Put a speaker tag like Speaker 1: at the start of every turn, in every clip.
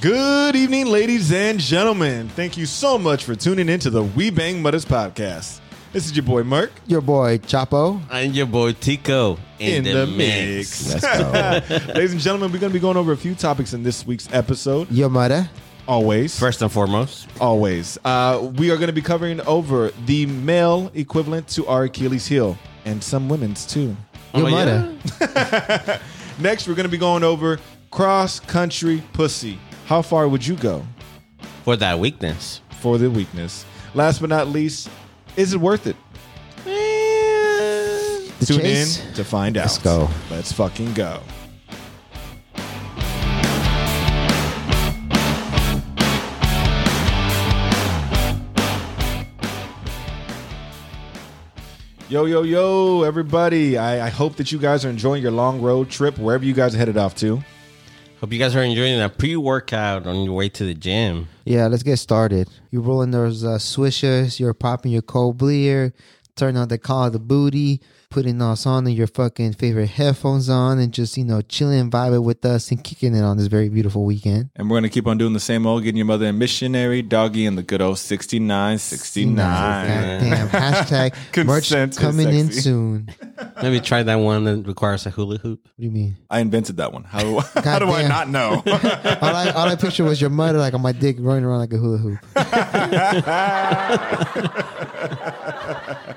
Speaker 1: Good evening, ladies and gentlemen. Thank you so much for tuning into the We Bang Mutters podcast. This is your boy Merk
Speaker 2: Your boy Chapo.
Speaker 3: I'm your boy Tico in, the, mix.
Speaker 1: ladies and gentlemen, we're going to be going over a few topics in this week's episode.
Speaker 2: Your mother.
Speaker 1: Always,
Speaker 3: First and foremost,
Speaker 1: always, uh, we are going to be covering over the male equivalent to our Achilles heel and some women's too.
Speaker 2: Your
Speaker 3: Oh,
Speaker 2: mother.
Speaker 1: Next, we're going to be going over cross country pussy. How far would you go
Speaker 3: for that weakness,
Speaker 1: for the weakness? Last but not least, is it worth it?
Speaker 2: The
Speaker 1: Tune
Speaker 2: Eh, chase.
Speaker 1: in to find out.
Speaker 2: Let's go.
Speaker 1: Let's fucking go. Yo, yo, yo, everybody. I, I hope that you guys are enjoying your long road trip wherever you guys are headed off to.
Speaker 3: hope you guys are enjoying a pre-workout on your way to the gym.
Speaker 2: Yeah, let's get started. You're rolling those uh, swishers. You're popping your cold blear. Turn on the call of the booty. Putting us on and your fucking favorite headphones on and just, you know, chilling, vibing with us and kicking it on this very beautiful weekend.
Speaker 4: And we're gonna keep on doing the same old getting your mother and missionary doggy and the good old 69 69.
Speaker 2: Goddamn. Hashtag merch
Speaker 4: Consent is
Speaker 2: coming in
Speaker 4: sexy.
Speaker 2: soon.
Speaker 3: Maybe try that one that requires a hula hoop.
Speaker 2: What do you mean?
Speaker 4: I invented that one. How, how do I
Speaker 2: damn.
Speaker 4: not know?
Speaker 2: All I, all I picture was your mother like on my dick running around like a hula hoop.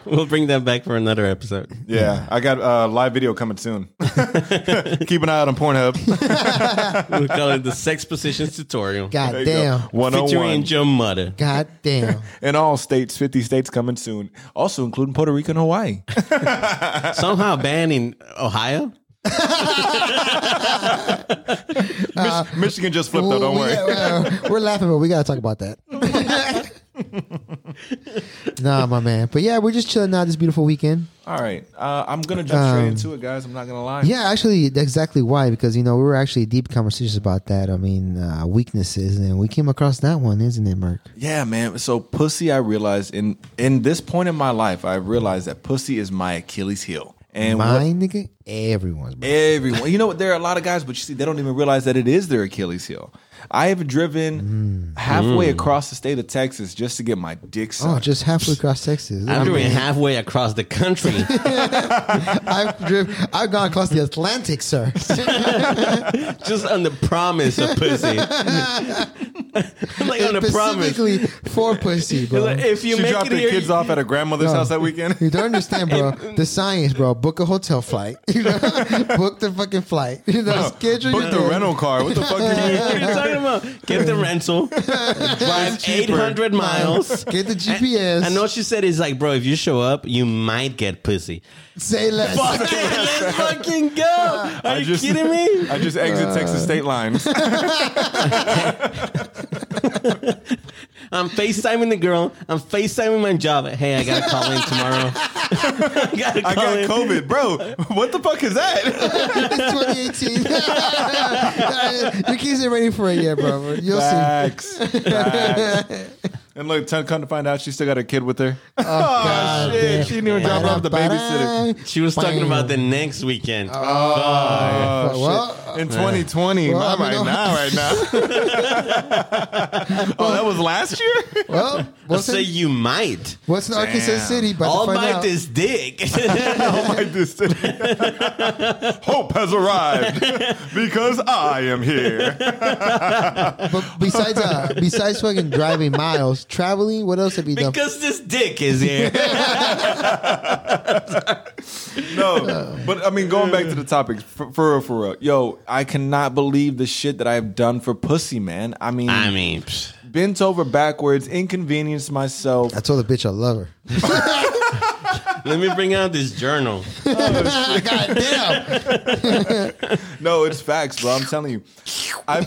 Speaker 3: We'll bring that back for another episode.
Speaker 4: yeah, I got a uh, live video coming soon. keep an eye out on Pornhub.
Speaker 3: We'll call it the sex positions tutorial.
Speaker 2: God damn.
Speaker 3: Featuring
Speaker 4: 101
Speaker 3: Joe Mudder.
Speaker 2: God damn.
Speaker 4: in all states, 50 states coming soon, also including Puerto Rico and Hawaii.
Speaker 3: Somehow banned in Ohio.
Speaker 4: Mich- Michigan just flipped though, don't
Speaker 2: We-
Speaker 4: worry.
Speaker 2: yeah, we're, we're laughing, but we gotta talk about that. nah, my man. But yeah, we're just chilling out this beautiful weekend.
Speaker 4: All right, uh, I'm gonna jump straight into it, guys. I'm not gonna lie.
Speaker 2: Um, Yeah, actually, that's exactly why because you know we were actually deep conversations about that. I mean, uh, weaknesses, and we came across that one, isn't it, Merc?
Speaker 4: Yeah, man. So pussy, I realized in in this point in my life, I realized that pussy is my Achilles heel. And what-
Speaker 2: Mine, nigga, everyone's. Bro.
Speaker 4: Everyone, you know what? There are a lot of guys, but you see, they don't even realize that it is their Achilles heel. I have driven halfway across the state of Texas just to get my dick
Speaker 2: Oh,
Speaker 4: sucked.
Speaker 2: just halfway across Texas.
Speaker 3: I'm
Speaker 2: I
Speaker 3: doing
Speaker 2: mean,
Speaker 3: halfway across the country.
Speaker 2: I've, driv- I've gone across the Atlantic, sir.
Speaker 3: just on the promise of pussy. I'm like on the promise.
Speaker 2: Specifically for pussy, bro.
Speaker 3: Like, if you
Speaker 4: she
Speaker 3: make
Speaker 4: dropped
Speaker 3: it
Speaker 4: her
Speaker 3: here,
Speaker 4: kids off at her grandmother's
Speaker 2: No.
Speaker 4: house that weekend.
Speaker 2: You don't understand, bro. the science, bro. Book a hotel flight. You know, book the fucking flight. You know, schedule
Speaker 4: Booked
Speaker 2: your
Speaker 4: a rental car. What the fuck? do you
Speaker 3: What are you talking about? Get the rental, drive 800 miles.
Speaker 2: Get the GPS.
Speaker 3: I know she said it's like, bro, if you show up, you might get pussy.
Speaker 2: Say less.
Speaker 3: Fuck it, let's fucking go. Are you kidding me?
Speaker 4: I just exit Texas state lines.
Speaker 3: I'm FaceTiming the girl. I'm FaceTiming my job. Hey, I gotta call in tomorrow. I gotta call
Speaker 4: I got
Speaker 3: in.
Speaker 4: COVID, bro. What the fuck is that?
Speaker 2: It's 2018. your kids ain't ready for it yet, bro. You'll see.
Speaker 4: Facts. Facts. And look, t- come to find out, she still got her kid with her. Oh, shit! She didn't even drop off the babysitter.
Speaker 3: She was talking
Speaker 2: Bam.
Speaker 3: about the next weekend.
Speaker 4: Oh,
Speaker 2: Fuck, well,
Speaker 4: shit. in 2020,
Speaker 2: Well,
Speaker 4: not
Speaker 2: I
Speaker 4: right now, right
Speaker 2: mean,
Speaker 4: now. oh, that was last year.
Speaker 2: Well,
Speaker 3: I'll
Speaker 2: what's
Speaker 3: say
Speaker 2: in,
Speaker 3: you might.
Speaker 2: what's in Arkansas
Speaker 4: Damn.
Speaker 2: City? About
Speaker 3: All
Speaker 2: to find
Speaker 3: by
Speaker 2: out.
Speaker 3: this dick.
Speaker 2: Oh,
Speaker 4: I just hope has arrived because I am here.
Speaker 2: But besides, uh, besides fucking driving miles, traveling, what else have you done?
Speaker 3: because this dick is here.
Speaker 4: No, but I mean, going back to the topic, for, for real, for real, yo, I cannot believe the shit that I've done for pussy, man. I mean,
Speaker 3: I mean, psh,
Speaker 4: bent over backwards, inconvenienced myself.
Speaker 2: I told the bitch I love her.
Speaker 3: let me bring out this journal.
Speaker 2: God damn.
Speaker 4: No, it's facts, bro. I'm telling you, I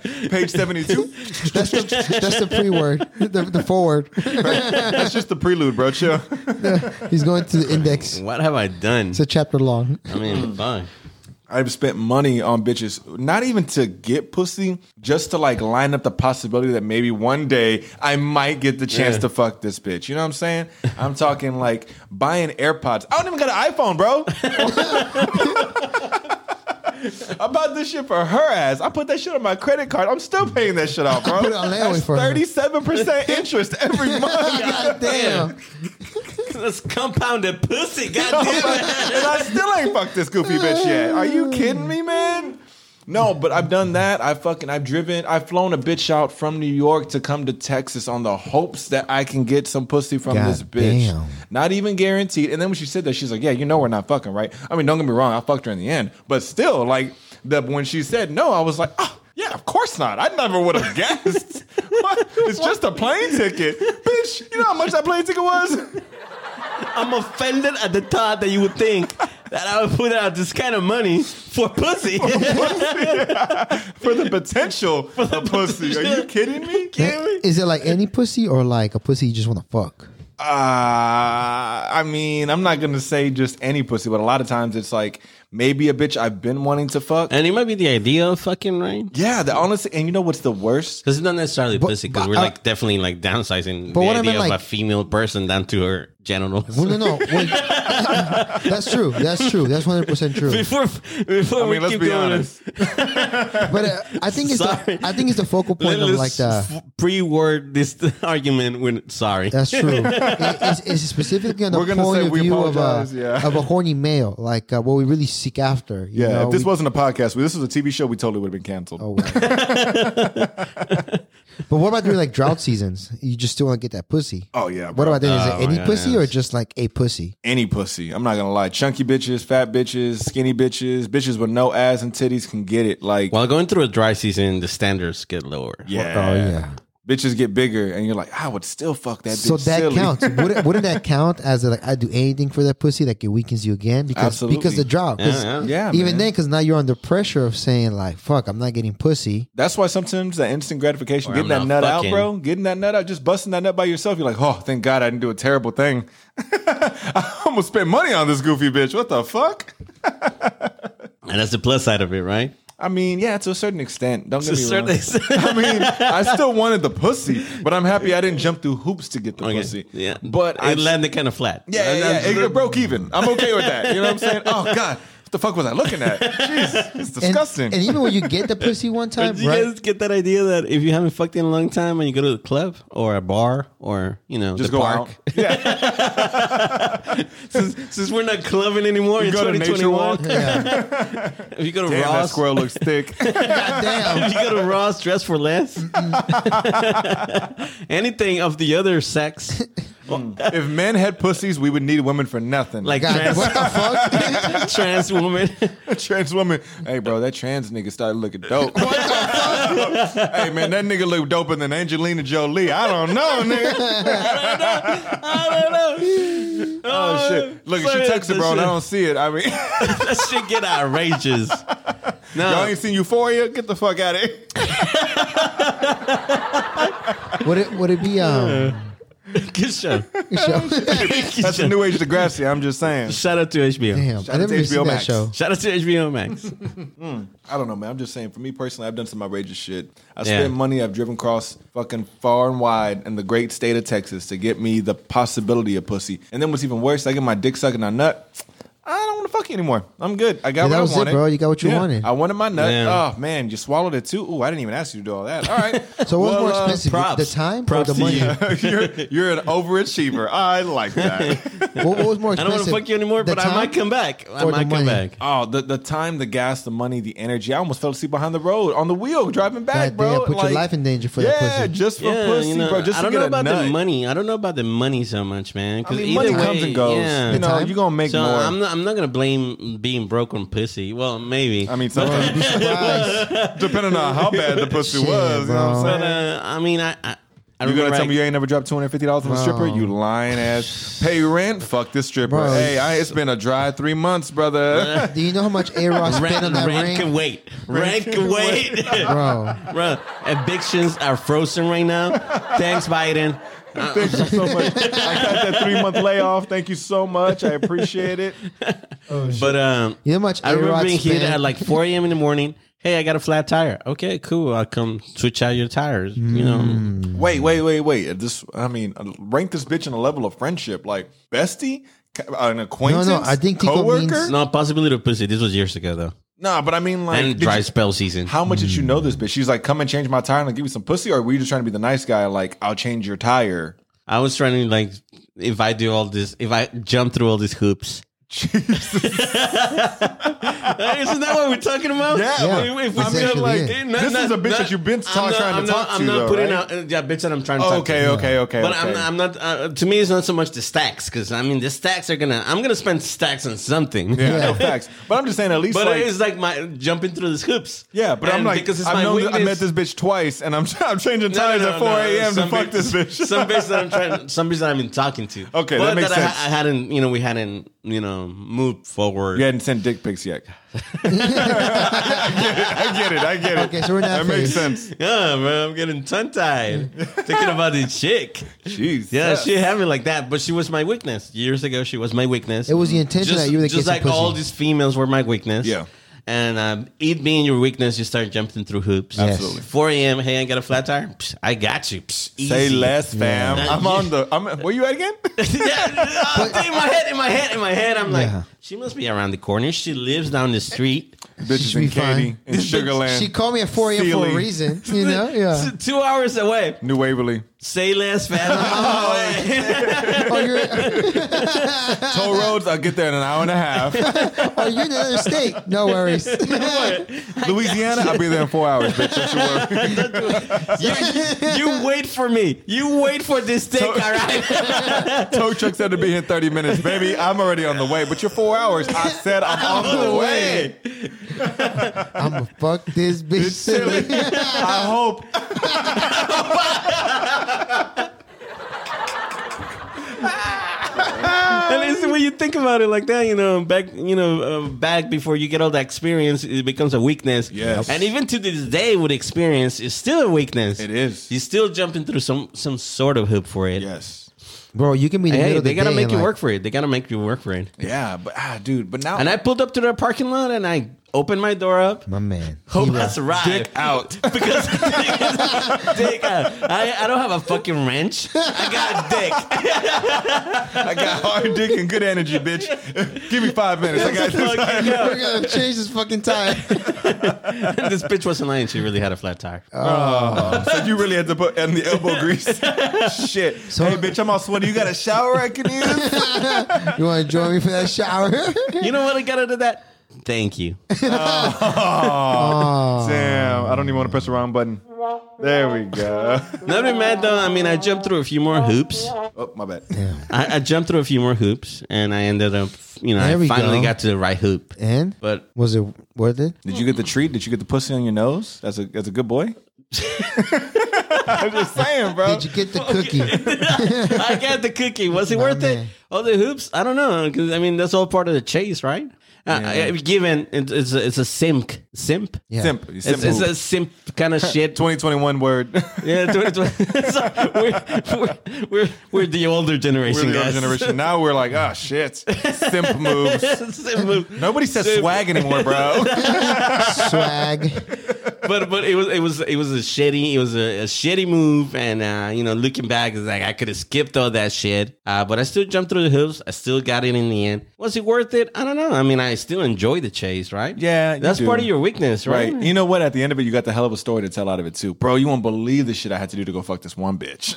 Speaker 4: play page seventy-two.
Speaker 2: That's the, that's the pre word, the, the forward.
Speaker 4: That's just the prelude, bro. Chill.
Speaker 2: He's going to the index.
Speaker 3: What have I done?
Speaker 2: It's a chapter long.
Speaker 3: I mean, fuck.
Speaker 4: I've spent money on bitches, not even to get pussy, just to like line up the possibility that maybe one day I might get the chance
Speaker 3: Yeah.
Speaker 4: to fuck this bitch. You know what I'm saying? I'm talking like buying AirPods. I don't even got an iPhone, bro. I bought this shit for her ass. I put that shit on my credit card. I'm still paying that shit off, bro.
Speaker 2: Put it on layaway
Speaker 4: That's
Speaker 2: for her.
Speaker 4: 37% interest every month.
Speaker 3: God
Speaker 2: Damn.
Speaker 3: That's compounded pussy. God damn it.
Speaker 4: and I still ain't fucked this goofy bitch yet. Are you kidding me, man? No, but I've done that. I fucking I've driven, I've flown a bitch out from New York to come to Texas on the hopes that I can get some pussy from
Speaker 2: God
Speaker 4: this bitch.
Speaker 2: damn.
Speaker 4: Not even guaranteed. And then when she said that, she's like, "Yeah, you know we're not fucking, right?" I mean, don't get me wrong, I fucked her in the end, but still, like the when she said no, I was like, "Oh, yeah, of course not. I never would have guessed. What? It's just a plane ticket, bitch. You know how much that plane ticket was."
Speaker 3: I'm offended at the thought that you would think that I would put out this kind of money for pussy.
Speaker 4: for the potential of pussy. Are you kidding me?
Speaker 2: Is it like any pussy or like a pussy you just want to fuck?
Speaker 4: Uh, I mean, I'm not gonna say just any pussy, but a lot of times it's like maybe a bitch I've been wanting to fuck.
Speaker 3: and it might be the idea of fucking, right?
Speaker 4: yeah, the honestly, and you know what's the worst?
Speaker 3: Because it's not necessarily pussy, because
Speaker 2: but
Speaker 3: we're
Speaker 2: I-
Speaker 3: like definitely like downsizing
Speaker 2: But
Speaker 3: the
Speaker 2: what I
Speaker 3: idea
Speaker 2: meant,
Speaker 3: of
Speaker 2: like-
Speaker 3: a female person down to her genitals.
Speaker 2: Well, no, no. Well, that's true. That's true. That's one hundred percent true.
Speaker 3: before before
Speaker 4: I
Speaker 3: we
Speaker 4: mean, let's
Speaker 3: keep
Speaker 4: be
Speaker 3: going,
Speaker 4: honest.
Speaker 2: But uh, I think it's
Speaker 3: Sorry.
Speaker 2: the, I think it's the focal point of
Speaker 3: let's
Speaker 2: like uh, the
Speaker 3: f- pre-word this argument. With sorry,
Speaker 2: That's true. It- it's, it's specifically on the
Speaker 4: We're gonna
Speaker 2: point
Speaker 4: say
Speaker 2: of
Speaker 4: we
Speaker 2: view of a,
Speaker 4: apologize, yeah.
Speaker 2: of a horny male, like uh, what we really seek after. you
Speaker 4: Yeah,
Speaker 2: know?
Speaker 4: if this
Speaker 2: We-
Speaker 4: wasn't a podcast, if this was a TV show, we totally would have been canceled.
Speaker 2: Oh, wow. but what about during like drought seasons? You just still want to get that pussy.
Speaker 4: Oh, yeah,
Speaker 2: What
Speaker 4: bro.
Speaker 2: about that? Is
Speaker 3: Oh,
Speaker 2: it any
Speaker 3: yeah,
Speaker 2: pussy
Speaker 3: yeah.
Speaker 2: or just like a pussy?
Speaker 4: Any pussy, I'm not gonna lie. Chunky bitches, fat bitches, skinny bitches, bitches with no ass and titties can get it. Like,
Speaker 3: while going through a dry season, the standards get lower.
Speaker 4: yeah,
Speaker 2: Oh yeah.
Speaker 4: bitches get bigger, and you're like, I would still fuck that.
Speaker 2: So
Speaker 4: bitch
Speaker 2: that
Speaker 4: silly.
Speaker 2: counts. Wouldn't, wouldn't that count as like I do anything for that pussy? Like it weakens you again because
Speaker 4: Absolutely.
Speaker 2: because the drought. 'Cause
Speaker 3: Yeah,
Speaker 4: yeah,
Speaker 2: Even
Speaker 4: man.
Speaker 2: then, because now you're under pressure of saying like, "Fuck, I'm not getting pussy."
Speaker 4: That's why sometimes that instant gratification,
Speaker 3: Or
Speaker 4: getting that
Speaker 3: I'm
Speaker 4: nut
Speaker 3: not
Speaker 4: out,
Speaker 3: fucking.
Speaker 4: bro, getting that nut out, just busting that nut by yourself, you're like, oh, thank God I didn't do a terrible thing. I almost spent money on this goofy bitch. What the fuck?
Speaker 3: and that's the plus side of it, right?
Speaker 4: I mean, yeah, to a certain extent. Don't
Speaker 3: To
Speaker 4: get
Speaker 3: a
Speaker 4: me
Speaker 3: certain
Speaker 4: wrong.
Speaker 3: extent.
Speaker 4: I mean, I still wanted the pussy, but I'm happy I didn't jump through hoops to get the
Speaker 3: Okay.
Speaker 4: pussy.
Speaker 3: Yeah,
Speaker 4: but
Speaker 3: it
Speaker 4: I
Speaker 3: landed kind of flat.
Speaker 4: Yeah,
Speaker 3: And
Speaker 4: yeah,
Speaker 3: that's-
Speaker 4: yeah. It broke even. I'm okay with that. You know what I'm saying? Oh God, what the fuck was I looking at? Jeez, it's
Speaker 2: And,
Speaker 4: disgusting.
Speaker 2: and even when you get the pussy one time,
Speaker 3: But you
Speaker 2: right?
Speaker 3: guys get that idea that if you haven't fucked in a long time and you go to the club or a bar or you know
Speaker 4: just
Speaker 3: the
Speaker 4: go
Speaker 3: park,
Speaker 4: out. Yeah,
Speaker 3: since, since we're not clubbing anymore in
Speaker 4: go to Nature
Speaker 3: 2021,
Speaker 2: Yeah.
Speaker 3: if you go to
Speaker 4: damn, that
Speaker 3: Ross,
Speaker 4: squirrel looks thick.
Speaker 3: if
Speaker 2: Damn.
Speaker 3: you go to Ross, dress for less, anything of the other sex,
Speaker 4: if men had pussies, we would need women for nothing.
Speaker 3: like
Speaker 2: God, what the fuck?
Speaker 3: trans, trans woman.
Speaker 4: trans woman. Hey, bro, that trans nigga started looking dope. hey, man, that nigga look doper than Angelina Jolie. I don't know, nigga.
Speaker 3: I don't know.
Speaker 4: Oh shit! Look,
Speaker 3: Sorry,
Speaker 4: she texted, bro, and I don't see it. I mean,
Speaker 3: That shit get outrageous.
Speaker 4: y'all
Speaker 3: No,
Speaker 4: ain't seen Euphoria. Get the fuck out of here.
Speaker 2: would it would it be um?
Speaker 3: good show.
Speaker 4: That's a new age to Degrassi. I'm just saying.
Speaker 3: Shout out to HBO.
Speaker 2: Damn,
Speaker 4: Shout
Speaker 2: I
Speaker 4: out
Speaker 2: never
Speaker 4: to
Speaker 2: even seen
Speaker 4: HBO
Speaker 2: that
Speaker 4: Max.
Speaker 2: show.
Speaker 3: Shout out to HBO Max.
Speaker 4: I don't know, man. I'm just saying. For me personally, I've done some outrageous shit. I
Speaker 3: Yeah.
Speaker 4: spent money. I've driven across fucking far and wide in the great state of Texas to get me the possibility of pussy. And then what's even worse, I get my dick sucking a nut. I don't want to fuck you anymore. I'm good. I got
Speaker 2: Yeah,
Speaker 4: what
Speaker 2: that
Speaker 4: I
Speaker 2: was it,
Speaker 4: wanted,
Speaker 2: bro. You got what you wanted.
Speaker 4: I wanted my nut.
Speaker 3: Yeah.
Speaker 4: Oh man, you swallowed it too. Ooh, I didn't even ask you to do all that. All right.
Speaker 2: So what's
Speaker 4: Well,
Speaker 2: more
Speaker 4: uh,
Speaker 2: expensive,
Speaker 3: props.
Speaker 2: the time
Speaker 3: Props
Speaker 2: or
Speaker 3: to
Speaker 2: the money?
Speaker 3: you.
Speaker 4: you're, you're an overachiever. I like that.
Speaker 2: What, what was more
Speaker 3: I
Speaker 2: expensive?
Speaker 3: don't want to fuck you anymore,
Speaker 2: the
Speaker 3: but I
Speaker 2: time
Speaker 3: might come back. I
Speaker 2: or the
Speaker 3: might come
Speaker 2: money?
Speaker 3: back.
Speaker 4: Oh, the, the time, the gas, the money, the energy. I almost fell asleep behind the road on the wheel driving back,
Speaker 2: God
Speaker 4: bro.
Speaker 2: damn, put your life in danger for
Speaker 4: yeah,
Speaker 2: that pussy.
Speaker 4: just for pussy,
Speaker 3: you know,
Speaker 4: bro. Just
Speaker 3: I don't
Speaker 4: to get
Speaker 3: know
Speaker 4: a
Speaker 3: about
Speaker 4: nut.
Speaker 3: the money. I don't know about the money so much, man.
Speaker 4: I
Speaker 3: 'cause
Speaker 4: mean,
Speaker 3: either
Speaker 4: money
Speaker 3: way,
Speaker 4: comes and goes.
Speaker 3: yeah.
Speaker 4: You know,
Speaker 2: time?
Speaker 4: you're gonna make
Speaker 3: so
Speaker 4: more.
Speaker 3: I'm not. I'm not gonna blame being broke on pussy. Well, maybe.
Speaker 4: I mean,
Speaker 2: Bro, you'd be
Speaker 4: sometimes,
Speaker 2: surprised.
Speaker 4: depending on how bad the pussy
Speaker 2: Shit,
Speaker 4: was, you know what I'm
Speaker 2: bro.
Speaker 4: saying?
Speaker 3: but, uh, I mean, I. I, I
Speaker 4: You gonna
Speaker 3: remember
Speaker 4: tell
Speaker 3: I-
Speaker 4: me you ain't never dropped two hundred fifty dollars on a stripper? You lying ass. Pay rent? Fuck this stripper.
Speaker 2: Bro.
Speaker 4: Hey, I, it's been a dry three months, brother.
Speaker 2: Do you know how much A Rod spent on
Speaker 3: Rank,
Speaker 2: that
Speaker 3: rank
Speaker 2: ring,
Speaker 3: and wait. Rank and wait.
Speaker 2: bro?
Speaker 3: Bro, evictions are frozen right now. Thanks, Biden.
Speaker 4: Thank you so much. I got that three month layoff. Thank you so much. I appreciate it.
Speaker 2: Oh,
Speaker 3: But um,
Speaker 2: You know how much
Speaker 3: I remember
Speaker 2: A-Rod
Speaker 3: being here
Speaker 2: spent?
Speaker 3: at like 4 a.m. in the morning. Hey, I got a flat tire. Okay, cool. I'll come switch out your tires. You know,
Speaker 4: Wait, wait, wait, wait. This, I mean, uh, rank this bitch in a level of friendship, like bestie, uh, an acquaintance,
Speaker 2: I think Tico
Speaker 4: coworker.
Speaker 2: means-
Speaker 3: no possibility of pussy. This was years ago though.
Speaker 4: Nah, but I mean, like,
Speaker 3: and
Speaker 4: did
Speaker 3: dry
Speaker 4: you-
Speaker 3: spell season.
Speaker 4: how much did you know this bitch? She's like, come and change my tire and I'll give you some pussy, or were you just trying to be the nice guy? Like, I'll change your tire.
Speaker 3: I was trying to like, if I do all this, if I jump through all these hoops. Isn't that what we're talking about?
Speaker 4: Yeah,
Speaker 2: Yeah,
Speaker 3: If we
Speaker 2: that's
Speaker 3: feel
Speaker 2: actually
Speaker 3: like,
Speaker 2: it.
Speaker 3: eh, not-
Speaker 4: This
Speaker 3: not-
Speaker 4: is a bitch
Speaker 3: not-
Speaker 4: that you've been
Speaker 3: I'm
Speaker 4: ta-
Speaker 3: not-
Speaker 4: trying to
Speaker 3: I'm not-
Speaker 4: talk
Speaker 3: I'm
Speaker 4: to,
Speaker 3: not
Speaker 4: though,
Speaker 3: putting
Speaker 4: right? Oh,
Speaker 3: out, uh, yeah, bitch that I'm trying to talk
Speaker 4: Okay,
Speaker 3: to.
Speaker 4: okay, okay.
Speaker 3: But
Speaker 4: okay.
Speaker 3: I'm, I'm not. Uh, to me, it's not so much the stacks because I mean the stacks are gonna. I'm gonna spend stacks on something.
Speaker 4: yeah, no, facts. But I'm just saying, at least
Speaker 3: But
Speaker 4: like,
Speaker 3: it's like my jumping through these hoops.
Speaker 4: yeah. But I'm
Speaker 3: And
Speaker 4: like,
Speaker 3: because it's
Speaker 4: I've
Speaker 3: my
Speaker 4: known th- I
Speaker 3: weakness.
Speaker 4: met this bitch twice, and I'm I'm changing
Speaker 3: No, no,
Speaker 4: tires
Speaker 3: no,
Speaker 4: at 4
Speaker 3: no.
Speaker 4: a.m. to
Speaker 3: Some
Speaker 4: fuck
Speaker 3: bitch-
Speaker 4: this bitch.
Speaker 3: some bitch that I'm trying, some bitch that I've been talking to.
Speaker 4: Okay,
Speaker 3: but
Speaker 4: that makes
Speaker 3: I,
Speaker 4: sense.
Speaker 3: I hadn't, you know, we hadn't, you know, moved forward.
Speaker 4: You hadn't sent dick pics yet. I get it. I get it. I get it.
Speaker 2: Okay, so we're not
Speaker 4: that makes
Speaker 2: faced.
Speaker 4: sense.
Speaker 3: Yeah, bro, I'm getting tongue tied thinking about this chick.
Speaker 4: Jeez.
Speaker 3: Yeah, she had me like that, but she was my weakness years ago. She was my weakness.
Speaker 2: It was the intention
Speaker 3: just,
Speaker 2: that you were the
Speaker 3: just like all these females were my weakness.
Speaker 4: Yeah.
Speaker 3: and um, it being your weakness, you start jumping through hoops.
Speaker 4: Absolutely.
Speaker 3: 4 a.m. Hey, I got a flat tire. Psh, I got you. Psh,
Speaker 4: Say
Speaker 3: easy.
Speaker 4: less, fam.
Speaker 3: Yeah.
Speaker 4: I'm on the. I'm. Where you at again?
Speaker 3: yeah, uh, in my head, in my head, in my head, I'm like,
Speaker 2: Yeah.
Speaker 3: she must be around the corner. She lives down the street.
Speaker 4: Bitches
Speaker 2: be
Speaker 4: in Katy
Speaker 2: fine.
Speaker 4: in Sugarland,
Speaker 2: She called me at 4 a.m. for
Speaker 4: Steely.
Speaker 2: a reason. You know? Yeah.
Speaker 3: It's Two hours away.
Speaker 4: New Waverly,
Speaker 3: Say less, fam. I'm on my way.
Speaker 2: Oh, you're,
Speaker 4: toll roads. I'll get there in an hour and a half.
Speaker 2: oh, you're in another state. No worries.
Speaker 4: Louisiana, I'll be there in four hours, bitch. Don't you worry.
Speaker 3: You, you wait for me. You wait for this thing, all right?
Speaker 4: tow truck said to be here in 30 minutes. Baby, I'm already on the way, but you're four hours. I said I'm on the way.
Speaker 2: I'm going to fuck this bitch.
Speaker 4: I hope.
Speaker 3: And it's when you think about it like that, you know, back, you know, uh, back before you get all that experience, it becomes a weakness.
Speaker 4: Yes.
Speaker 3: And even to this day, with experience, it's still a weakness.
Speaker 4: It is.
Speaker 3: You're still jumping through some some sort of hoop for it.
Speaker 4: Yes.
Speaker 2: Bro, you can be in the middle
Speaker 3: Hey,
Speaker 2: of the
Speaker 3: they gotta
Speaker 2: day
Speaker 3: make
Speaker 2: and,
Speaker 3: you
Speaker 2: like,
Speaker 3: work for it. They gotta make you work for it.
Speaker 4: Yeah, but ah, dude, but now
Speaker 3: And I pulled up to their parking lot and I opened my door up.
Speaker 2: My man.
Speaker 3: Hope
Speaker 2: He
Speaker 3: that's
Speaker 2: was-
Speaker 3: right.
Speaker 4: dick out.
Speaker 3: Because dick out. I, I don't have a fucking wrench. I got dick.
Speaker 4: I got hard dick and good energy, bitch. Give me five minutes. I got this.
Speaker 3: Fucking
Speaker 2: We're
Speaker 3: go.
Speaker 2: going to change this fucking time.
Speaker 3: this bitch wasn't lying. She really had a flat tire.
Speaker 2: Uh.
Speaker 4: So you really had to put in the elbow grease. Shit. hey, bitch, I'm all sweaty. You got a shower I can use?
Speaker 2: You want to join me for that shower?
Speaker 3: You know what I got out of that? Thank you.
Speaker 2: Uh,
Speaker 4: Uh, Damn, I don't even want to press the wrong button. There we go.
Speaker 3: Not be mad though. I mean, I jumped through a few more hoops.
Speaker 4: Oh, my bad.
Speaker 3: I, I jumped through a few more hoops, and I ended up, you know,
Speaker 2: There
Speaker 3: I
Speaker 2: we
Speaker 3: finally
Speaker 2: go.
Speaker 3: got to the right hoop.
Speaker 2: and
Speaker 3: But
Speaker 2: was it worth it?
Speaker 4: Did you get the treat? Did you get the pussy on your nose? That's a that's a good boy. I'm just saying, bro.
Speaker 2: Did you get the cookie?
Speaker 3: I got the cookie. Was it worth it?
Speaker 2: man.
Speaker 3: Oh, the hoops? I don't know. 'cause, I mean, that's all part of the chase, right? Uh, I- given it, it's a, it's a simp, simp.
Speaker 2: Yeah.
Speaker 4: Simp. You simp
Speaker 3: It's, it's
Speaker 4: move.
Speaker 3: a simp kind of shit.
Speaker 4: 2021 word.
Speaker 3: Yeah, 2020. So we're, we're, we're, we're the older
Speaker 4: We're
Speaker 3: generation,
Speaker 4: the old
Speaker 3: guys.
Speaker 4: generation. Now we're like, ah, shit. Simp moves.
Speaker 3: Simp.
Speaker 4: Nobody says
Speaker 3: Simp.
Speaker 4: swag anymore, bro.
Speaker 2: Swag.
Speaker 3: but but it was it was it was a shitty it was a, a shitty move and uh, you know looking back it's like I could have skipped all that shit uh, but I still jumped through the hoops I still got it in the end was it worth it I don't know I mean I still enjoy the chase right
Speaker 4: Yeah, you
Speaker 3: that's
Speaker 4: do.
Speaker 3: part of your weakness right,
Speaker 4: right. You know what? At the end of it, you got the hell of a story to tell out of it too, bro. You won't believe the shit I had to do to go fuck this one bitch.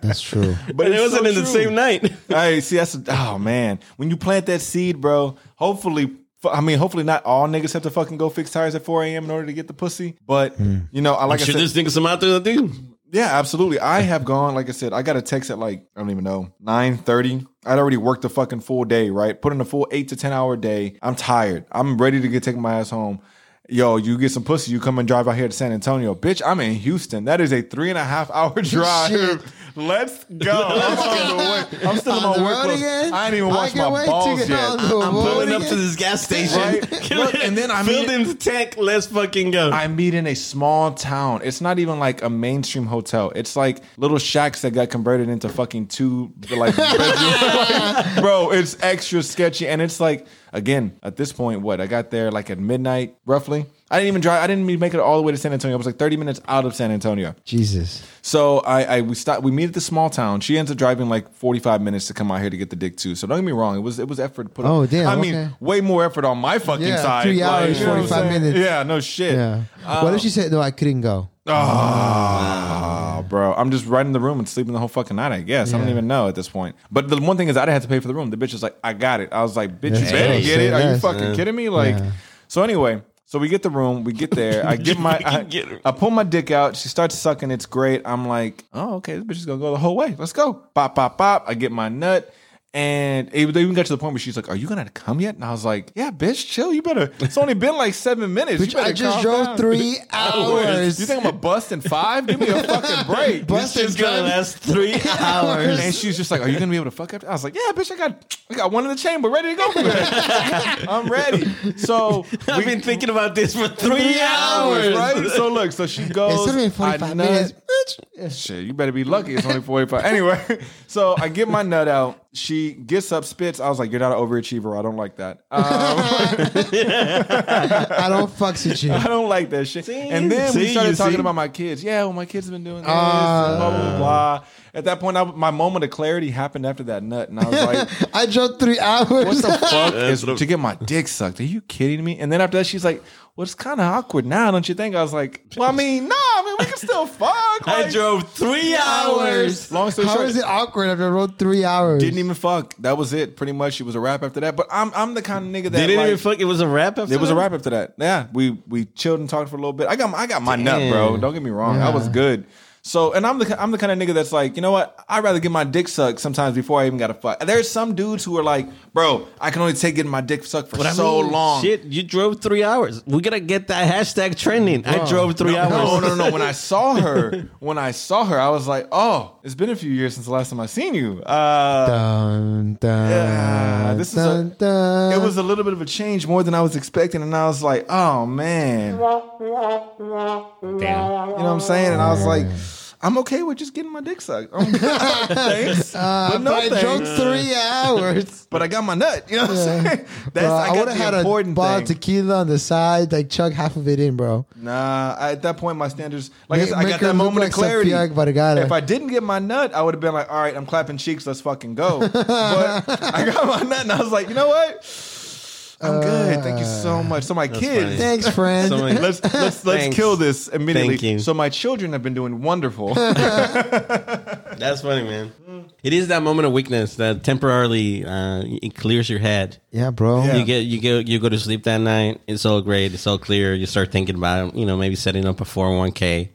Speaker 2: That's true.
Speaker 4: but
Speaker 3: and
Speaker 4: it's
Speaker 3: it wasn't
Speaker 4: so
Speaker 3: in the
Speaker 4: true.
Speaker 3: same night
Speaker 4: Hey, see, that's oh man. When you plant that seed, bro, hopefully. fu- I mean, hopefully not all niggas have to fucking go fix tires at 4 a.m. in order to get the pussy. But
Speaker 3: Hmm.
Speaker 4: you know, I like I
Speaker 3: should
Speaker 4: said,
Speaker 3: this nigga some out there do
Speaker 4: yeah, absolutely. I have gone, like I said, I got a text at like I don't even know nine thirty. I'd already worked a fucking full day, right? Put in a full eight to ten hour day. I'm tired. I'm ready to get take my ass home. Yo, you get some pussy, you come and drive out here to San Antonio, bitch. I'm in Houston. That is a three and a half hour
Speaker 2: Shit.
Speaker 4: drive. Let's go. I'm on the way. I'm still in
Speaker 2: On the
Speaker 4: my
Speaker 2: road
Speaker 4: work clothes.
Speaker 2: again?
Speaker 4: I ain't even
Speaker 2: I
Speaker 4: washed
Speaker 2: can't wait
Speaker 4: my
Speaker 2: to
Speaker 4: balls
Speaker 2: get on
Speaker 4: yet.
Speaker 2: the
Speaker 3: I'm pulling up
Speaker 2: Right.
Speaker 3: to this gas station
Speaker 4: Right. Look, and then I
Speaker 3: filled
Speaker 4: mean-
Speaker 3: in the tank let's fucking go
Speaker 4: I meet in a small town. It's not even like a mainstream hotel. It's like little shacks that got converted into fucking two like, bedroom- like, bro. It's extra sketchy, and it's like again, at this point, what I got there like at midnight roughly. I didn't even drive. I didn't even make it all the way to San Antonio. I was like 30 minutes out of San Antonio.
Speaker 2: Jesus.
Speaker 4: So I, I we stopped. We meet at the small town. She ends up driving like forty five minutes to come out here to get the dick too. So don't get me wrong. It was it was effort to put.
Speaker 2: Oh, damn,
Speaker 4: I mean,
Speaker 2: okay.
Speaker 4: way more effort on my fucking
Speaker 2: Yeah,
Speaker 4: side.
Speaker 2: three hours,
Speaker 4: what I'm
Speaker 2: 45
Speaker 4: saying?
Speaker 2: minutes.
Speaker 4: Yeah, no shit.
Speaker 2: Yeah. what if she said no? I couldn't go.
Speaker 4: Oh, bro. I'm just right in the room and sleeping the whole fucking night, I guess. I don't
Speaker 2: Yeah.
Speaker 4: even know at this point. But the one thing is, I didn't have to pay for the room. The bitch is like, I got it. I was like, bitch,
Speaker 2: That's
Speaker 4: you better
Speaker 2: dope.
Speaker 4: get it. Are you
Speaker 2: That's-
Speaker 4: fucking kidding me? Like, so anyway. So we get the room, we get there. I get my, I,
Speaker 3: Get her.
Speaker 4: I pull my dick out. She starts sucking. It's great. I'm like, oh, okay, this bitch is gonna go the whole way. Let's go. Pop, pop, pop. I get my nut, and it, they even got to the point where she's like, "Are you gonna come yet?" And I was like, "Yeah, bitch, chill. You better. It's only been like seven minutes.
Speaker 2: Bitch,
Speaker 4: you better
Speaker 2: I just
Speaker 4: calm
Speaker 2: drove
Speaker 4: down."
Speaker 2: three hours.
Speaker 4: You think I'm a bust in five? Give me a fucking break.
Speaker 2: Bust
Speaker 3: This is gonna last three hours.
Speaker 4: And she's just like, "Are you gonna be able to fuck up?" I was like, "Yeah, bitch, I got, I got one in the chamber, ready to go. For that. I'm ready." So
Speaker 3: I've been thinking about this for three hours.
Speaker 4: hours, right? So look, so she goes.
Speaker 2: It's only
Speaker 4: I
Speaker 2: 45
Speaker 4: nut-
Speaker 2: minutes.
Speaker 4: Shit, you better be lucky. It's only 45. anyway, so I get my nut out. She gets up, spits. I was like, "You're not an overachiever. I don't like that. Um,
Speaker 2: I don't fucks with you.
Speaker 4: I don't like that shit." and then we
Speaker 3: See,
Speaker 4: started
Speaker 3: you
Speaker 4: talking
Speaker 3: see?
Speaker 4: about my kids. Yeah, well, my kids have been doing this.
Speaker 2: Ah.
Speaker 4: blah blah blah. At that point, I, my moment of clarity happened after that nut, and I was like.
Speaker 2: I drove three hours.
Speaker 4: what the fuck is
Speaker 3: look-
Speaker 4: to get my dick sucked? Are you kidding me? And then after that, she's like, "Well, it's kind of awkward now, don't you think?" I was like, "Well, I mean, nah, I mean, we can still fuck."
Speaker 3: I
Speaker 4: like-
Speaker 3: drove three hours.
Speaker 4: Long story
Speaker 2: How
Speaker 4: short,
Speaker 2: is it awkward after I rode three hours?
Speaker 4: didn't even fuck. That was it. Pretty much, it was a wrap after that. But I'm I'm the kind of nigga that
Speaker 3: They didn't
Speaker 4: like,
Speaker 3: even fuck. It was a wrap. After
Speaker 4: It was a
Speaker 3: that?
Speaker 4: wrap after that. Yeah, we we chilled and talked for a little bit. I got my- I got my nut,
Speaker 3: Damn.
Speaker 4: bro. Don't get me wrong. I was good. So, and I'm the I'm the kind of nigga that's like, you know what? I'd rather get my dick sucked sometimes before I even got to fuck. There's some dudes who are like, bro, I can only take getting my dick sucked for
Speaker 3: But I
Speaker 4: so
Speaker 3: mean,
Speaker 4: long.
Speaker 3: Shit, you drove three hours. We gotta get that hashtag trending. I drove three hours.
Speaker 4: No, no, no. When I saw her, when I saw her, I was like, oh, it's been a few years since the last time I seen you. Uh,
Speaker 2: Dun, dun,
Speaker 4: Yeah, this is a-
Speaker 2: dun, dun.
Speaker 4: it was a little bit of a change more than I was expecting, and I was like, oh man. You know
Speaker 3: Damn.
Speaker 4: what I'm saying? And I was like,
Speaker 2: Oh.
Speaker 4: I'm okay with just getting my dick sucked. I'm good. thanks. but no
Speaker 2: I drove
Speaker 4: thanks.
Speaker 2: Uh, three hours.
Speaker 4: But I got my nut. You know what I'm saying? That's
Speaker 2: Bro,
Speaker 4: I,
Speaker 2: I
Speaker 4: got
Speaker 2: would
Speaker 4: the
Speaker 2: have had a
Speaker 4: important
Speaker 2: bottle of
Speaker 4: thing.
Speaker 2: tequila on the side, like chug half of it in, bro.
Speaker 4: Nah, I, at that point, my standards. Like I,
Speaker 2: Make-
Speaker 4: said, I
Speaker 2: make
Speaker 4: got
Speaker 2: her
Speaker 4: that
Speaker 2: look
Speaker 4: moment
Speaker 2: like
Speaker 4: of clarity.
Speaker 2: Sofia Vergara.
Speaker 4: If I didn't get my nut, I would have been like, "All right, I'm clapping cheeks. Let's fucking go." but I got my nut, and I was like, "You know what? I'm good. Thank you
Speaker 2: Uh,
Speaker 4: so much." So my kids,
Speaker 3: funny.
Speaker 2: Thanks, friend.
Speaker 3: So many-
Speaker 4: let's let's let's
Speaker 3: Thanks.
Speaker 4: kill this immediately.
Speaker 3: Thank you.
Speaker 4: So my children have been doing wonderful.
Speaker 3: That's funny, man. It is that moment of weakness that temporarily uh, it clears your head.
Speaker 2: yeah, bro.
Speaker 4: Yeah.
Speaker 3: You get you go you go to sleep that night. It's all great. It's all clear. You start thinking about you know maybe setting up a four hundred one k.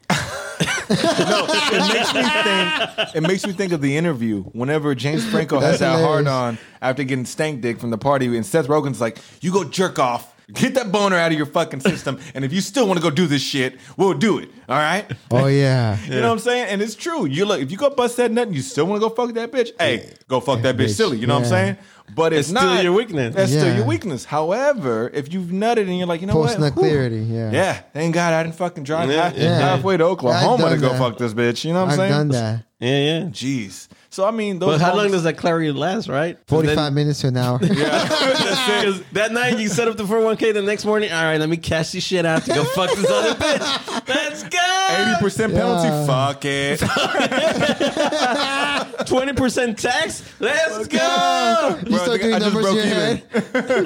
Speaker 4: it makes me think of the interview whenever James Franco has
Speaker 2: That's
Speaker 4: that hard
Speaker 2: hilarious.
Speaker 4: on after getting stank dick from the party, and Seth Rogen's like, "You go jerk off." Get that boner out of your fucking system, and if you still want to go do this shit, we'll do it. All right,
Speaker 2: Oh yeah.
Speaker 4: You know what I'm saying? And it's true. You look if you go bust that nut and you still want to go fuck that bitch, hey, go fuck that bitch
Speaker 2: Bitch.
Speaker 4: silly. You know what I'm saying?
Speaker 2: Yeah.
Speaker 4: But it's,
Speaker 3: It's
Speaker 4: not
Speaker 3: still your weakness.
Speaker 4: That's still
Speaker 2: Yeah.
Speaker 4: your weakness. However, if you've nutted and you're like, you know what?
Speaker 2: Post nut
Speaker 4: Whew.
Speaker 2: clarity. Yeah.
Speaker 4: Yeah, thank God I didn't fucking drive
Speaker 3: Yeah.
Speaker 4: half-
Speaker 3: Yeah.
Speaker 4: halfway to Oklahoma
Speaker 2: I've
Speaker 4: to
Speaker 2: done
Speaker 4: go
Speaker 2: that.
Speaker 4: fuck this bitch. You know what
Speaker 2: I've
Speaker 4: I'm saying?
Speaker 2: done that.
Speaker 3: Yeah, yeah.
Speaker 4: Jeez. So I mean, those
Speaker 3: But how long
Speaker 4: moments-
Speaker 3: does that clarity last? Right,
Speaker 2: 45 minutes to an hour.
Speaker 3: Because that night you set up the four hundred one k. The next morning, all right, let me cash this shit out to go fuck this other bitch. Let's go.
Speaker 4: 80% penalty?
Speaker 2: Yeah.
Speaker 4: Fuck it.
Speaker 3: Twenty percent tax. Let's
Speaker 4: Bro,
Speaker 2: You
Speaker 3: go.
Speaker 4: I
Speaker 2: start
Speaker 4: think
Speaker 2: doing
Speaker 4: I just broke
Speaker 2: numbers in your
Speaker 4: even.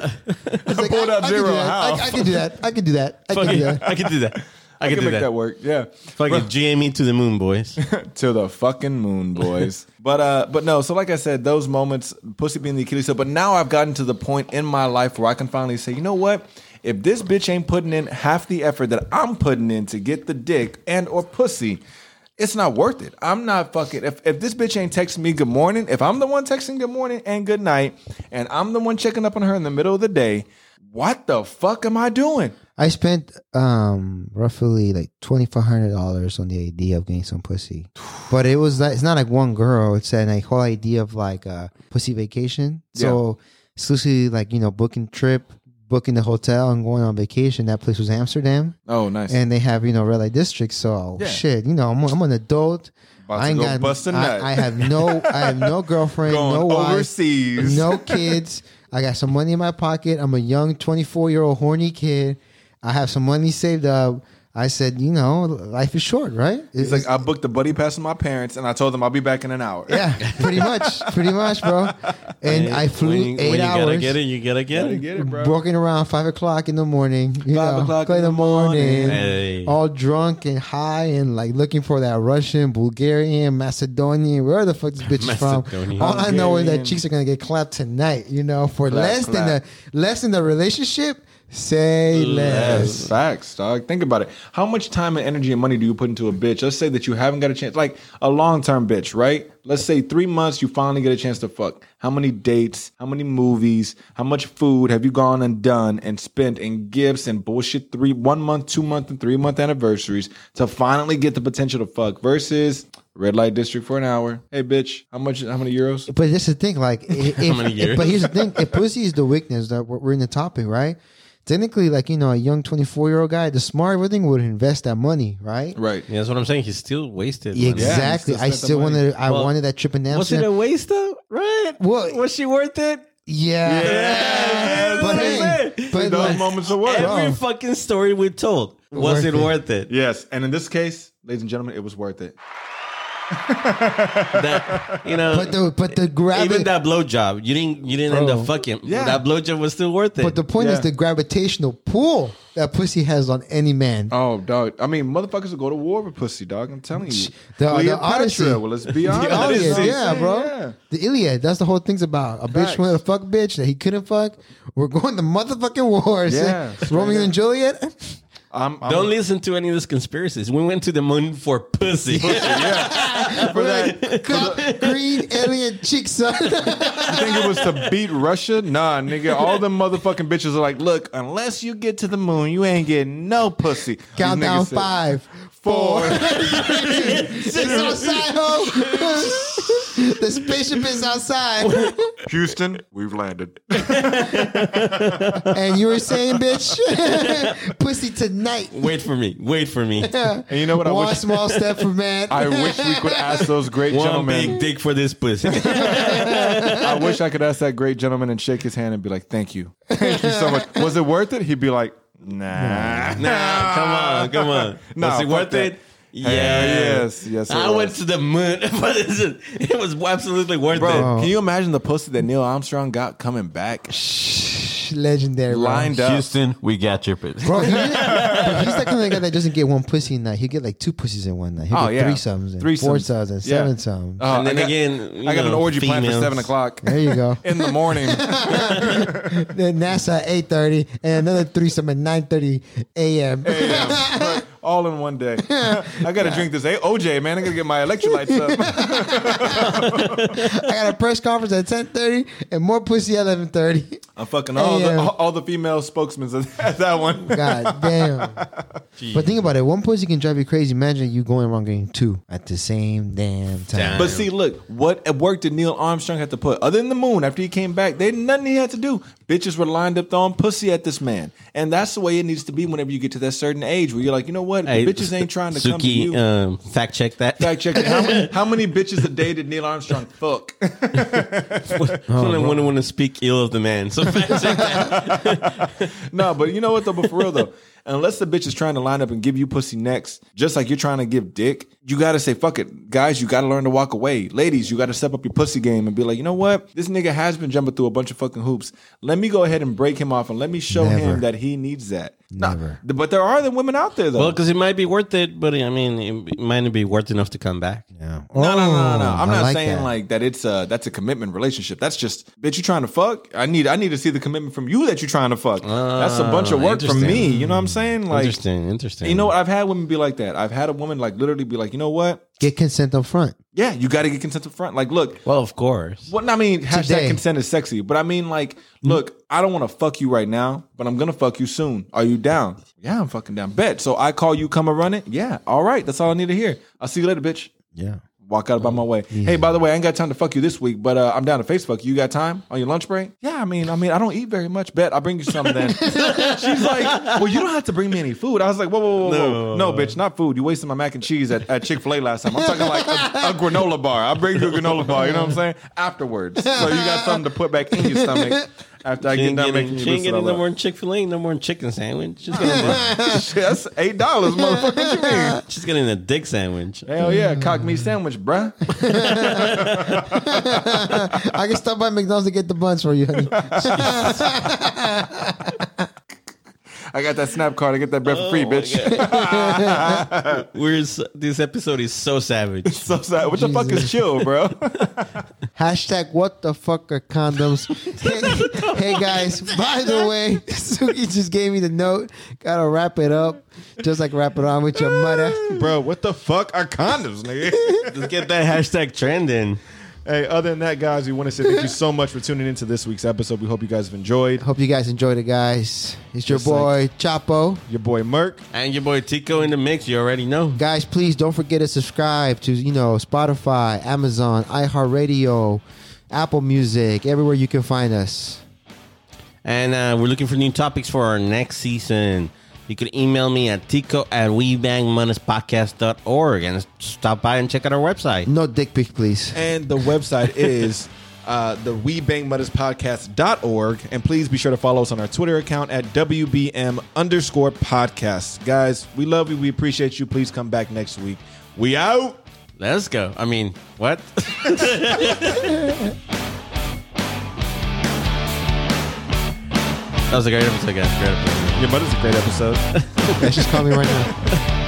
Speaker 2: head. It's like, I
Speaker 4: pulled out
Speaker 2: I can do
Speaker 4: zero.
Speaker 2: that.
Speaker 4: How?
Speaker 2: I, I can do that. I can do that. I
Speaker 3: Fuck
Speaker 2: can do
Speaker 3: it.
Speaker 2: that.
Speaker 3: I can do that. I
Speaker 4: I
Speaker 3: can
Speaker 4: can
Speaker 3: do
Speaker 4: make that
Speaker 3: that.
Speaker 4: work. Yeah.
Speaker 3: Fucking GME E to the moon, boys.
Speaker 4: to the fucking moon, boys. but uh, but no. So like I said, those moments, pussy being the Achilles heel. But now I've gotten to the point in my life where I can finally say, you know what? If this bitch ain't putting in half the effort that I'm putting in to get the dick and or pussy. It's not worth it. I'm not fucking. If, if this bitch ain't texting me good morning, if I'm the one texting good morning and good night, and I'm the one checking up on her in the middle of the day, what the fuck am I doing?
Speaker 2: I spent um roughly like twenty five hundred dollars on the idea of getting some pussy, but it was like, it's not like one girl. It's an like, whole idea of like a pussy vacation. So exclusively like you know booking trip, booking the hotel, and going on vacation. That place was Amsterdam,
Speaker 4: Oh, nice.
Speaker 2: and they have you know red light district. So oh,
Speaker 4: Yeah.
Speaker 2: shit, you know I'm, I'm an adult.
Speaker 4: About
Speaker 2: I
Speaker 4: to
Speaker 2: ain't
Speaker 4: go
Speaker 2: got
Speaker 4: bust a nut.
Speaker 2: I, I have no I have no girlfriend,
Speaker 4: Going
Speaker 2: no wife,
Speaker 4: overseas.
Speaker 2: no kids. I got some money in my pocket. I'm a young 24 year old horny kid. I have some money saved up. I said, you know, life is short, right?
Speaker 4: He's like, I booked a buddy pass with my parents, and I told them I'll be back in an hour.
Speaker 2: yeah, pretty much, pretty much, bro. And I flew
Speaker 3: when you,
Speaker 2: eight
Speaker 3: when you
Speaker 2: hours.
Speaker 3: gotta get it, you gotta get it.
Speaker 4: get it,
Speaker 2: Walking around five o'clock in the morning, you
Speaker 4: Five
Speaker 2: know,
Speaker 4: o'clock
Speaker 2: in, the morning,
Speaker 3: Hey.
Speaker 2: all drunk and high and like looking for that Russian, Bulgarian, Macedonian, where the fuck this bitch is from.
Speaker 3: Macedonian.
Speaker 2: All I know is that
Speaker 4: Bulgarian.
Speaker 2: chicks are gonna get clapped tonight, you know, for
Speaker 4: Clap,
Speaker 2: less than
Speaker 4: clap.
Speaker 2: the less than the relationship. Say
Speaker 4: Yes,
Speaker 2: less.
Speaker 4: facts, dog. Think about it. How much time and energy and money do you put into a bitch? Let's say that you haven't got a chance, like a long term bitch, right? Let's say three months, you finally get a chance to fuck. How many dates? How many movies? How much food have you gone and done and spent in gifts and bullshit? Three, one month, two month, and three month anniversaries to finally get the potential to fuck versus red light district for an hour. Hey, bitch, how much? How many euros?
Speaker 2: But that's the thing, like, i- if,
Speaker 3: many
Speaker 2: if-
Speaker 3: years?
Speaker 2: but here's the thing: if pussy is the weakness that we're, we're in the topic, right? Technically, like you know, a young twenty four year old guy, the smart everything would invest that money, right?
Speaker 4: Right.
Speaker 3: Yeah, that's what I'm saying. He's still wasted.
Speaker 2: Yeah,
Speaker 3: man.
Speaker 2: exactly.
Speaker 4: still
Speaker 2: I
Speaker 4: spent the
Speaker 2: still
Speaker 4: money.
Speaker 2: wanted. I
Speaker 3: Well,
Speaker 2: wanted that trip in
Speaker 3: Was it
Speaker 2: Amsterdam.
Speaker 3: a waste though? Right?
Speaker 2: Well-
Speaker 3: was she worth it?
Speaker 2: yeah.
Speaker 3: Yeah,
Speaker 2: but
Speaker 3: that's what I
Speaker 2: hey,
Speaker 3: said.
Speaker 2: but
Speaker 4: Those
Speaker 2: like-
Speaker 4: moments are worth.
Speaker 3: Every
Speaker 2: Bro.
Speaker 3: fucking story we told was
Speaker 2: Worth
Speaker 3: it
Speaker 2: it.
Speaker 3: worth it?
Speaker 4: Yes, and in this case, ladies and gentlemen, it was worth it.
Speaker 3: That you know,
Speaker 2: but the but the
Speaker 3: even
Speaker 2: gravi-
Speaker 3: that blowjob, you didn't you didn't end
Speaker 2: Bro.
Speaker 3: up fucking.
Speaker 4: Yeah.
Speaker 3: that blowjob was still worth it.
Speaker 2: but the point is
Speaker 4: Yeah.
Speaker 2: the gravitational pull that pussy has on any man.
Speaker 4: Oh, dog. I mean, motherfuckers will go to war with pussy, dog. I'm telling you.
Speaker 2: The- the
Speaker 4: Cleopatra,
Speaker 2: Odyssey.
Speaker 4: Well, let's be honest.
Speaker 2: Oh,
Speaker 3: Odyssey.
Speaker 4: You know what I'm
Speaker 2: yeah, yeah,
Speaker 4: saying?
Speaker 2: bro.
Speaker 4: Yeah.
Speaker 2: The Iliad. That's the whole thing's about. A bitch
Speaker 4: Facts.
Speaker 2: wanted to fuck bitch that he couldn't fuck. We're going to motherfucking wars.
Speaker 4: Yeah,
Speaker 2: Romeo and Juliet.
Speaker 4: I'm, I'm
Speaker 3: Don't listen to any of these conspiracies. We went to the moon for pussy.
Speaker 4: for that. You
Speaker 2: Cop, green alien chick son.
Speaker 4: think it was to beat Russia? Nah, nigga. All them motherfucking bitches are like, look, unless you get to the moon, you ain't getting no pussy. These
Speaker 2: Countdown
Speaker 4: niggas said,
Speaker 2: five,
Speaker 4: Four.
Speaker 2: four, It's outside, ho. the spaceship is outside.
Speaker 4: Houston, we've landed.
Speaker 2: And you were saying, bitch, pussy tonight.
Speaker 3: Wait for me. Wait for me.
Speaker 4: And you know what? I
Speaker 2: One
Speaker 4: wish,
Speaker 2: small step for man.
Speaker 4: I wish we could ask those great
Speaker 3: One
Speaker 4: gentlemen.
Speaker 3: big dick for this pussy.
Speaker 4: I wish I could ask that great gentleman and shake his hand and be like, thank you. Thank you so much. Was it worth it? He'd be like, nah.
Speaker 3: nah, come on, come on.
Speaker 4: Nah,
Speaker 3: was it
Speaker 4: fuck
Speaker 3: worth
Speaker 4: that.
Speaker 3: it? Yeah.
Speaker 4: Hell yes, yes, it
Speaker 3: I went
Speaker 4: was.
Speaker 3: to the moon, but it's- it was absolutely worth it.
Speaker 4: Bro, uh, can you imagine the pussy that Neil Armstrong got coming back?
Speaker 2: Shh, legendary. bro.
Speaker 4: Lined up.
Speaker 5: Houston, we got your piss.
Speaker 2: Bro, he, but he's that kind of guy that doesn't get one pussy a night. He'll get like two pussies in one night. He'll
Speaker 4: Oh,
Speaker 2: get
Speaker 4: yeah.
Speaker 2: three sums and
Speaker 4: Three
Speaker 2: four
Speaker 4: sums.
Speaker 2: sums and
Speaker 4: Yeah.
Speaker 2: seven sums.
Speaker 4: Oh,
Speaker 3: And then
Speaker 4: I got,
Speaker 3: again, you
Speaker 4: I got an
Speaker 3: know,
Speaker 4: orgy planned for
Speaker 3: females.
Speaker 4: seven o'clock
Speaker 2: There you go.
Speaker 4: in the morning.
Speaker 2: then NASA at 8.30 and another threesome at 9.30 a.m.
Speaker 4: Damn. All in one day. I gotta drink this. Hey, OJ, man, I gotta get my electrolytes up.
Speaker 2: I got a press conference at 10.30 and more pussy at 11.30.
Speaker 4: I'm fucking all, the,
Speaker 2: AM.
Speaker 4: all, all the female spokesmen at that one.
Speaker 2: God damn. But think about it. One pussy can drive you crazy. Imagine you going around getting two at the same damn time.
Speaker 4: But see, look, what work did Neil Armstrong have to put? Other than the moon, after he came back, they nothing he had to do. Bitches were lined up throwing pussy at this man, and that's the way it needs to be. Whenever you get to that certain age, where you're like, you know what,
Speaker 3: Hey,
Speaker 4: bitches ain't trying to
Speaker 3: Suki,
Speaker 4: come to you.
Speaker 3: Um, fact check that.
Speaker 4: Fact check it. How many, how many bitches a day did Neil Armstrong fuck? Oh,
Speaker 3: I wouldn't want to speak ill of the man. So fact check that.
Speaker 4: no, but you know what though? But for real though, unless the bitch is trying to line up and give you pussy next, just like you're trying to give dick, you gotta say fuck it, guys. You gotta learn to walk away. Ladies, you gotta step up your pussy game and be like, you know what? This nigga has been jumping through a bunch of fucking hoops. Let me go ahead and break him off and let me show him
Speaker 2: Never.
Speaker 4: that he needs that. Nah,
Speaker 2: Never.
Speaker 4: th- but there are the women out there though.
Speaker 3: Well, because it might be worth it, but I mean, it might not be worth enough to come back.
Speaker 2: No,
Speaker 4: No, no, no, no, no. I'm
Speaker 2: Oh, I
Speaker 4: not
Speaker 2: like
Speaker 4: saying
Speaker 2: that.
Speaker 4: like that. It's uh that's a commitment relationship. That's just bitch. You trying to fuck? I need I need to see the commitment from you that you're trying to fuck. that's a bunch of work from
Speaker 3: Ah, interesting.
Speaker 4: me. You know what I'm saying? Like
Speaker 3: interesting, interesting.
Speaker 4: You know what? I've had women be like that. I've had a woman like literally be like, you know what?
Speaker 2: Get consent up front.
Speaker 4: Yeah, you got to get consent up front. Like, look,
Speaker 3: Well, of course.
Speaker 4: what I mean, hashtag
Speaker 2: Today.
Speaker 4: consent is sexy, but I mean, like, look, I don't want to fuck you right now, but I'm gonna fuck you soon. Are you down? Yeah, I'm fucking down. Bet. So I call you, come and run it. Yeah. All right. That's all I need to hear. I'll see you later, bitch.
Speaker 2: Yeah.
Speaker 4: Walk out by my way. Hey, by the way, I ain't got time to fuck you this week, but uh, I'm down to face fuck you. You got time on your lunch break? Yeah, I mean, I mean, I don't eat very much. Bet I'll bring you some then. She's like, well, you don't have to bring me any food. I was like, whoa, whoa, whoa, whoa, no, bitch, not food. You wasted my mac and cheese at, at Chick Fil A last time. I'm talking like a, a granola bar. I will bring you a granola bar. You know what I'm saying? Afterwards, so you got something to put back in your stomach.
Speaker 6: after I
Speaker 3: She
Speaker 6: get
Speaker 3: ain't
Speaker 6: done
Speaker 3: getting,
Speaker 6: making
Speaker 3: she
Speaker 6: you
Speaker 3: ain't
Speaker 6: listen
Speaker 3: getting no
Speaker 6: all
Speaker 3: more
Speaker 6: up.
Speaker 3: in Chick Fil A, no more in chicken sandwich. She's getting,
Speaker 6: Shit, That's eight dollars, motherfucker. What you mean?
Speaker 3: she's getting a dick sandwich.
Speaker 6: Hell yeah, cock meat sandwich, bruh.
Speaker 2: I can stop by McDonald's to get the buns for you, honey.
Speaker 6: I got that snap card. I get that bread for free,
Speaker 3: Oh my
Speaker 6: bitch.
Speaker 3: God. We're so, this episode is so savage.
Speaker 6: so sad. What the fuck is chill, bro?
Speaker 2: Hashtag what the fuck are condoms? hey, hey guys, by the way, Suki just gave me the note. Gotta wrap it up. Just like wrap it on with your mother.
Speaker 4: Bro, what the fuck are condoms, nigga?
Speaker 3: Let's get that hashtag trending.
Speaker 4: hey, other than that, guys, we want to say thank you so much for tuning into this week's episode. We hope you guys have enjoyed.
Speaker 2: Hope you guys enjoyed it, guys. It's your
Speaker 4: Just
Speaker 2: boy, Chapo.
Speaker 4: Your boy Merc.
Speaker 3: And your boy Tico in the mix. You already know.
Speaker 2: Guys, please don't forget to subscribe to, you know, Spotify, Amazon, iHeartRadio, Apple Music, everywhere you can find us.
Speaker 3: And uh, we're looking for new topics for our next season. You can email me at tico at webangmonespodcast.org and stop by and check out our website.
Speaker 2: No dick pics, please.
Speaker 4: And the website is uh, the WeBangMuddersPodcast.org. And please be sure to follow us on our Twitter account at WBM underscore podcast. Guys, we love you. We appreciate you. Please come back next week. We out.
Speaker 3: Let's go. I mean, what? that was a great episode, guys. Great episode.
Speaker 4: Your mother's a great episode.
Speaker 2: Guys, just call me right now.